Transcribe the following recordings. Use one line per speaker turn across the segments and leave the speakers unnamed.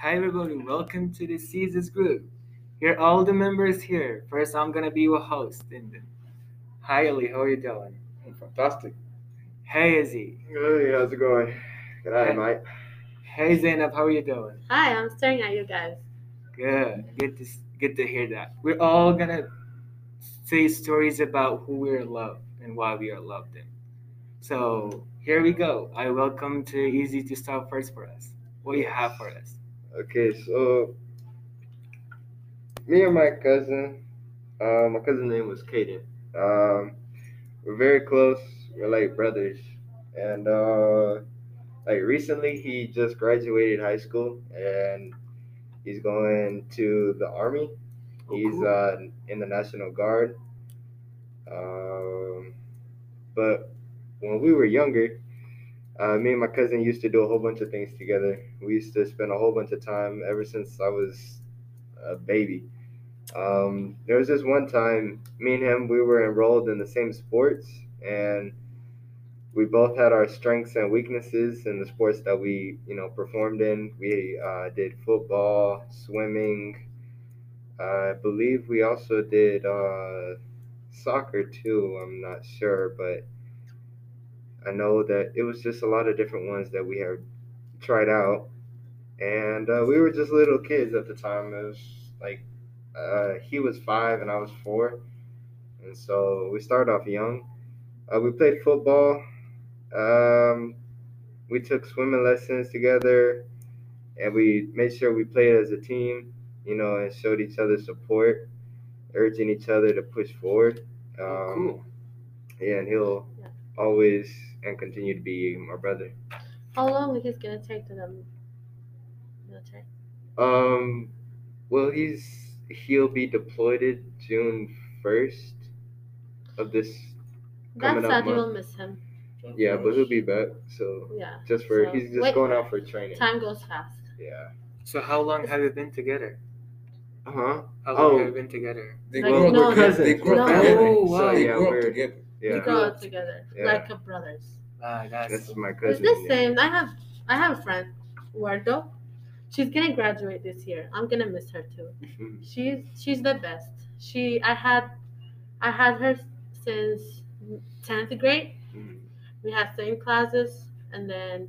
Hi everybody, welcome to the Caesars group. Here are all the members here. First, I'm gonna be your host. And then, hi Ali, how are you doing?
Fantastic.
Hey Izzy.
Hey, how's it going? Good
Hey.
night, mate.
Hey Zainab, how are you doing?
Hi, I'm staring at you guys.
Good. Good to s- good to hear that. We're all gonna say stories about who we are loved and why we are loved. In. So here we go. I welcome to Easy to start first for us. What you have for us?
Okay, so me and my cousin, uh, my cousin's name was Kaden. Um, we're very close. We're like brothers. And uh, like recently, he just graduated high school and he's going to the army.
Oh,
He's
cool.
uh, in the National Guard. Um, but when we were younger, uh, me and my cousin used to do a whole bunch of things together. We used to spend a whole bunch of time ever since I was a baby. Um, there was this one time, me and him, we were enrolled in the same sports, and we both had our strengths and weaknesses in the sports that we, you know, performed in. We uh, did football, swimming. I believe we also did uh, soccer too. I'm not sure, but I know that it was just a lot of different ones that we had tried out. And uh, we were just little kids at the time. It was like uh, he was five and I was four. And so we started off young. Uh, we played football. Um, we took swimming lessons together and we made sure we played as a team, you know, and showed each other support, urging each other to push forward. Um,
Oh, cool.
yeah, and he'll
Yeah.
always and continue to be my brother.
How long is it gonna take to the military?
Um, well, he's he'll be deployed June first of this.
That's
Coming up
sad. You
month.
will miss him.
Yeah, but he'll be back. So
Yeah.
just for
So-
he's just
Wait.
going out for training.
Time goes fast.
Yeah.
So how long have you been together?
Uh huh.
How long
Oh.
have you been together?
They
Like,
grow
no,
together. They
no.
grow
No.
together.
Oh, wow.
They
Yeah,
grow
we're-
together.
We
Yeah.
grow up together
Yeah.
like a brothers.
Ah,
This
that's
is my
It's
cousin.
the
yeah.
same. I have I have a friend, Wardo. She's gonna graduate this year. I'm gonna miss her too.
Mhm.
She's she's the best. She I had I had her since tenth grade.
Mhm.
we have same classes and then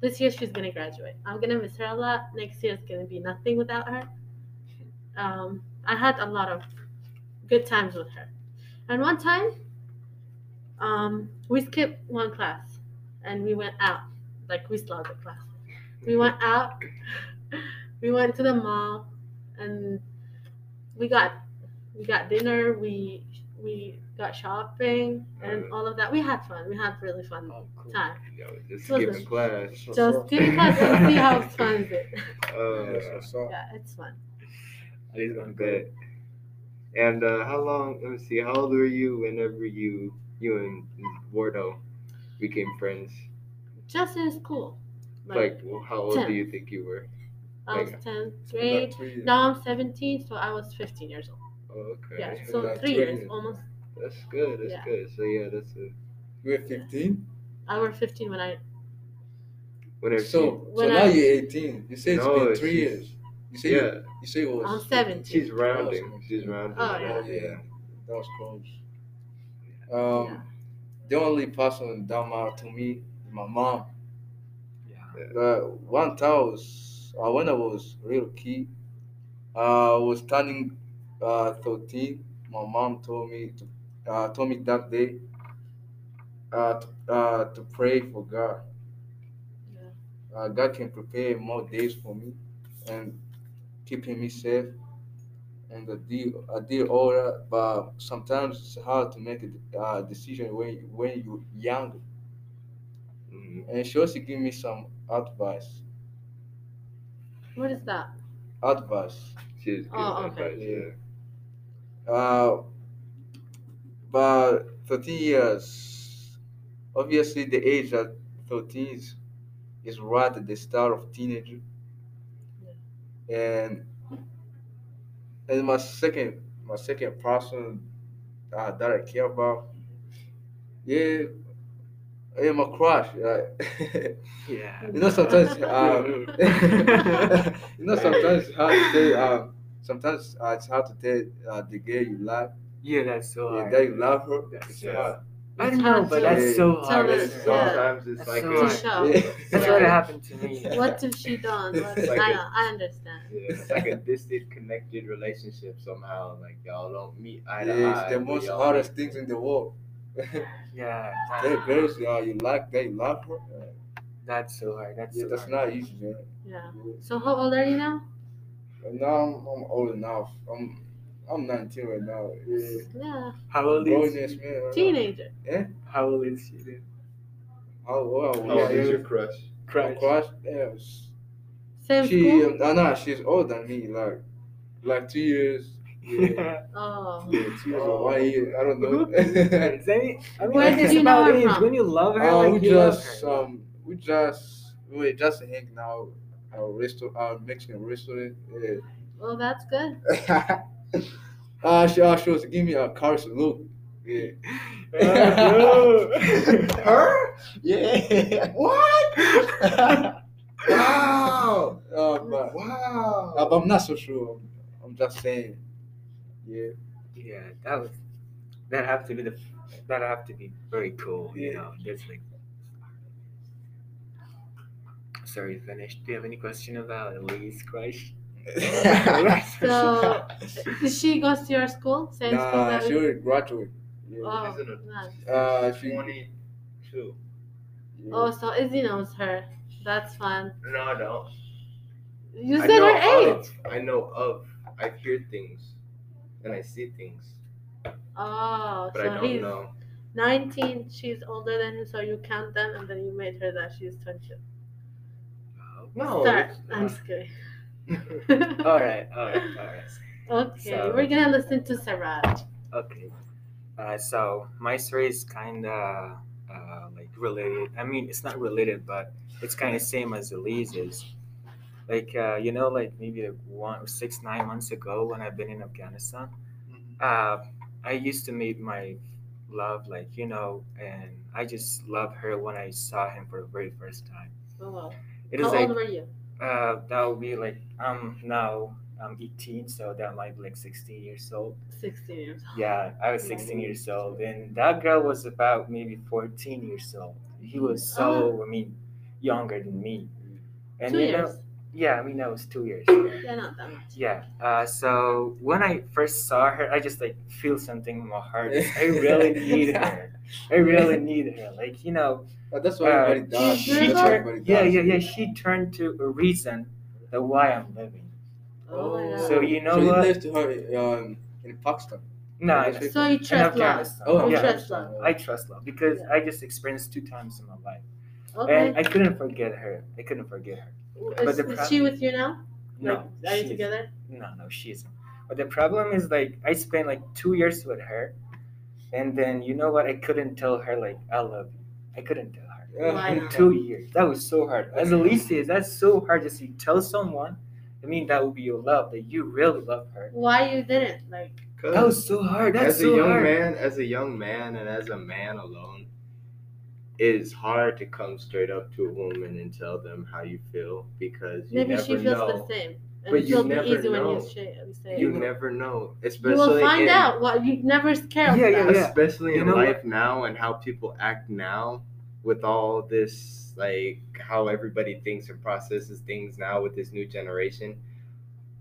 this year she's gonna graduate i'm gonna miss her a lot next year is gonna be nothing without her um, i had a lot of good times with her and one time um, we skipped one class and we went out like we slogged the class we went out we went to the mall and we got we got dinner we we got shopping and all of that we had fun we had really fun
oh, cool.
time
Yeah, we're just
So the-
skipping class.
That's
just
what's
give it us and see how fun is it
up. That's
Uh,
what's up.
yeah it's fun
Ali's gonna go.
but and uh, how long? Let me see. How old were you whenever you you and Wardo became friends?
just in school
Like, well, how old do
ten.
you think you were?
i was
like-
10th
It's been
grade
like three years.
now i'm 17 so i was 15 years old
Oh, okay.
yeah
it's been
so
like
three
two
years
years.
almost
That's good. That's
Yeah.
good. So yeah, that's a,
You were 15.
i was 15 when i
whatever.
So, so
When
now
I-
you're 18. You say it's
No,
been three
she's-
years. You
she,
say
yeah,
you, you say it was.
i'm 17
she's rounding.
Oh,
she's rounding.
Oh,
Oh
yeah.
yeah, that was close. Um, the only person that mattered to me, my mom.
Yeah.
Uh, one time I was, uh, when I was real kid, uh, I was turning uh, 13. My mom told me to, uh, told me that day uh, to, uh, to pray for God.
Yeah.
Uh, God can prepare more days for me and keeping me safe. And I did, I did all that, but sometimes it's hard to make a de- uh, decision when, when you're young
Mhm.
and she also gave me some advice.
what is that
Advice.
She's good.
Oh,
at
okay.
that, Yeah.
Uh, but 13 years, obviously the age at 13 is, is right at the start of teenager. And and my second my second person uh, that I care about, yeah, I am a crush. Right?
Yeah.
you know, sometimes, um, you know, sometimes it's hard to say, um, sometimes uh, it's hard to tell uh, the girl you like,
Yeah, that's so
the
hard.
girl you love her.
That's
It's
yeah.
hard.
I don't know, but that's so
Tell
hard.
us,
That's,
yeah.
Sometimes it's
That's
like
so
a,
To
Right.
show.
Yeah.
that's what happened to me.
What if she don't? What
It's
like
I
a-
know, I understand.
yeah, it's like a distant, connected relationship somehow. Like y'all don't meet eye to
Yeah,
eye.
it's the
but
most
y'all
hardest
meet-
things in the world.
Yeah,
There
that-
are girls uh, you like, they love her. Uh,
that's so hard. That's
yeah,
so
that's
hard.
not easy, man.
Yeah. So how old are you now?
And now I'm, I'm old enough. I'm I'm 19 right now. Yeah.
Yeah.
How old is
Grown-ass man. uh, right now.
Teenager.
How old is she? then?
How old
How
Oh,
I
old
was.
is Oh, your crush?
Crush.
Crush? Yeah, it's-
Same
She,
school.
um, no, no, she's older than me, like, like two years. Yeah,
um,
Oh.
yeah two years or one year. I don't know.
Is that it? I mean,
Where
it's
did
just
you know
about
her
age.
from?
When you love her,
uh,
like
we
you love
just,
her.
um, we just, we were just hang now. Our restaurant, our Mexican restaurant.
Well, that's good.
Yeah. uh, she, uh, she was giving me a cars look. Yeah. Her? Yeah. What? wow. Uh, but,
Wow.
uh, but I'm not so sure. I'm, I'm just saying. Yeah.
yeah, that was that have to be the that have to be very cool. You
Yeah.
know, that's like. Sorry, finished. Do you have any question about Elise Crush?
So uh, she goes to your school, same school
nah,
that
she
we.
already graduated. Yeah.
Oh,
Isn't it-
nice.
Uh, she, yeah.
22.
oh, so Izzy knows her. That's fun.
No, I don't.
You
I
said
know
her age.
of. I know of. I hear things, and I see things,
Oh,
but
so
I don't
he's
know.
19. She's older than him, so you count them, and then you made her that she's 22.
Oh,
No.
Sorry,
it's
I'm
not.
just kidding.
all right, all right, all right.
okay,
So-
we're gonna listen to Saraj.
Okay. Uh, so my story is kind of uh, like related. I mean, it's not related, but it's kind of same as Elise's. Like uh, you know, like maybe like one six nine months ago when I've been in Afghanistan, uh, I used to meet my love, like you know, and I just love her when I saw him for the very first time.
Oh, wow.
It
How
is like
old were you?
uh, that would be like I'm now I'm 18, so that might be like 16 years old.
16 years. old.
Yeah, I was 16 years old, and that girl was about maybe 14 years old. He was so,
Oh.
I mean, younger than me. And
Two
you
years.
know, yeah, I mean, that was two years.
Yeah, not that much.
Yeah. Uh, so when I first saw her, I just like feel something in my heart. I really need her. I really need her. Like you know,
But that's what
Uh,
everybody does.
she
she
That's what
turned-
tur-
everybody
yeah,
does.
yeah, yeah. She turned to a reason, the why I'm living.
Oh, my
So
god.
you know
so
what?
he left her um, in Pakistan.
No,
That's
no,
you-
So you
in
trust love.
Afghanistan.
Oh,
yeah.
trust love.
I trust love because
Yeah.
I just experienced two times in my life.
Okay.
And I couldn't forget her. I couldn't forget her. but
Is,
the
is
pro-
she with you now?
No,
Like, are you
she's-
together?
No, no, she isn't. But the problem is like I spent like two years with her, and then you know what? I couldn't tell her like I love you. I couldn't tell her.
Why
In
not?
two years, that was so hard. As Elise says, that's so hard. Just you tell someone, I mean that would be your love that you really love her.
Why you didn't? Like,
'Cause
That was Oh, so hard. That's
as
so
a young
hard.
man, as a young man, and as a man alone, it is hard to come straight up to a woman and tell them how you feel because you
maybe
never
she feels
know.
the same. And
But
it
you
will be
never
easy when
know.
you say you say it.
You never know, especially
You will find
in,
out what you never scared
Yeah,
of
yeah,
that.
yeah.
especially
You
in
know what?
life now and how people act now with all this like how everybody thinks and processes things now with this new generation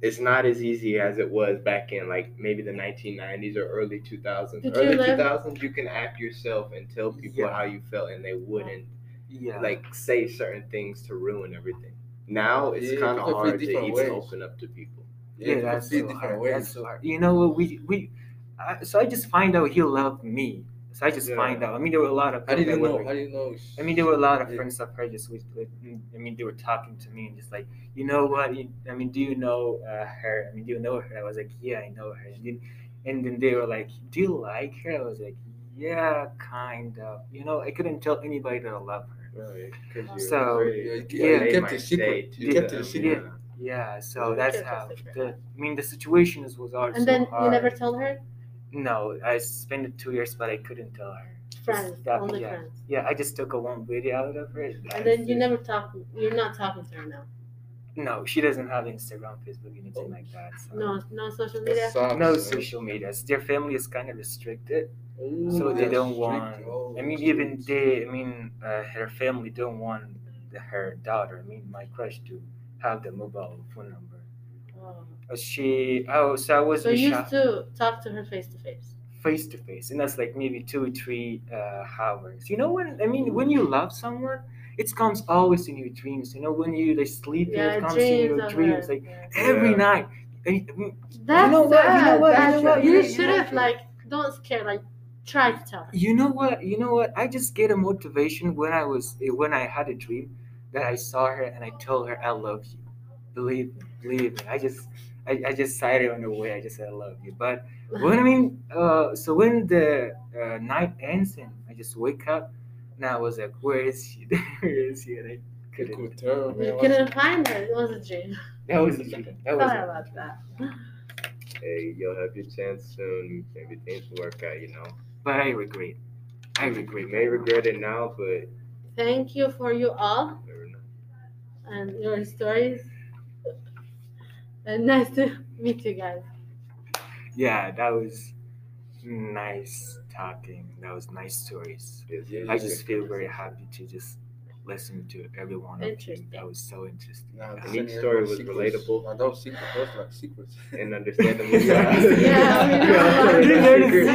it's not as easy as it was back in like maybe the 1990s or early 2000s
Did you
early
live-
2000s you can act yourself and tell people
Yeah.
how you felt and they wouldn't
Yeah.
like say certain things to ruin everything now it's
Yeah,
kind
people
of
feel
hard to
different
even
ways.
open up to people
yeah,
you can
that's
see
so
different
hard.
ways.
That's so hard. You know what? We we, I, so I just find out he loved me. So I just
Yeah.
find out. I mean, there were a lot of.
How do you
people that
know?
were-
How do you know?
I mean, there were a lot of
Yeah.
friends of hers just with, with, I mean, they were talking to me and just like, you know what? You, I mean, do you know uh, her? I mean, do you know her? I was like, yeah, I know her. And then, and then they were like, do you like her? I was like, yeah, kind of. You know, I couldn't tell anybody that I love her.
right
So-
Yeah, you,
Yeah.
you kept it secret. You kept it
them,
secret.
Yeah, so
Yeah,
that's
it's a
how.
secret.
The, I mean, the situation was also
And then you
hard.
never told her?
No, I spent two years, but I couldn't tell her.
Friends,
that-
only
yeah.
friends.
Yeah, I just took a one video out of her.
And then you never talk. You're not talking to her now.
No, she doesn't have Instagram, Facebook, anything like that. So.
Oh, No, no social media.
No social medias. Their family is kind of restricted. so they don't want- I mean, even they. I mean, uh, her family don't want her daughter. I mean, my crush to have the mobile phone number.
Oh.
Uh, She. Oh, so I was
So
with
you
Sha-
used to talk to her face to face.
face to face and that's like maybe two three uh, hours you know when i mean when you love someone it comes always in your dreams you know when you like sleeping
Yeah,
it comes in
dreams
your
of
dreams
her.
like
Yeah.
every
Yeah.
night And, mm,
That's
know what, you know
sad.
what, you
That's
know what,
sad.
you
You
know-
should have like don't scare like try to tell her.
you know what you know what i just get a motivation when i was eh, when i had a dream that i saw her and i told her i love you believe me believe me i just i, I just sighed it on the way i just said i love you but when I mean, uh, so when the uh, night ends and I just wake up, and I was like, "Where is she? Where is she?" And I couldn't.
You couldn't find her. It was a dream.
That was a dream. That was.
Sorry
A,
about that.
Hey, you'll have your chance soon. Maybe things will work out, you know.
but I regret. I
We
regret.
may regret it now, but
Thank you for you all
never know.
and your stories. And nice to meet you guys.
Yeah, that was nice talking. That was nice stories.
Yes,
Yeah,
I
yeah.
just feel very happy to just listen to everyone.
Interesting.
That was so interesting.
And each story was relatable.
I don't secret, those like secrets.
and understandable.
Yeah.
Yeah,
we
know.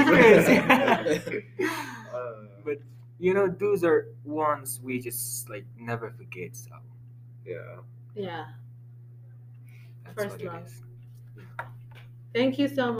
Secrets.
Uh,
But you know, those are ones we just like never forget. So
yeah.
Yeah.
that's
First
what it
love.
is.
Thank you so much.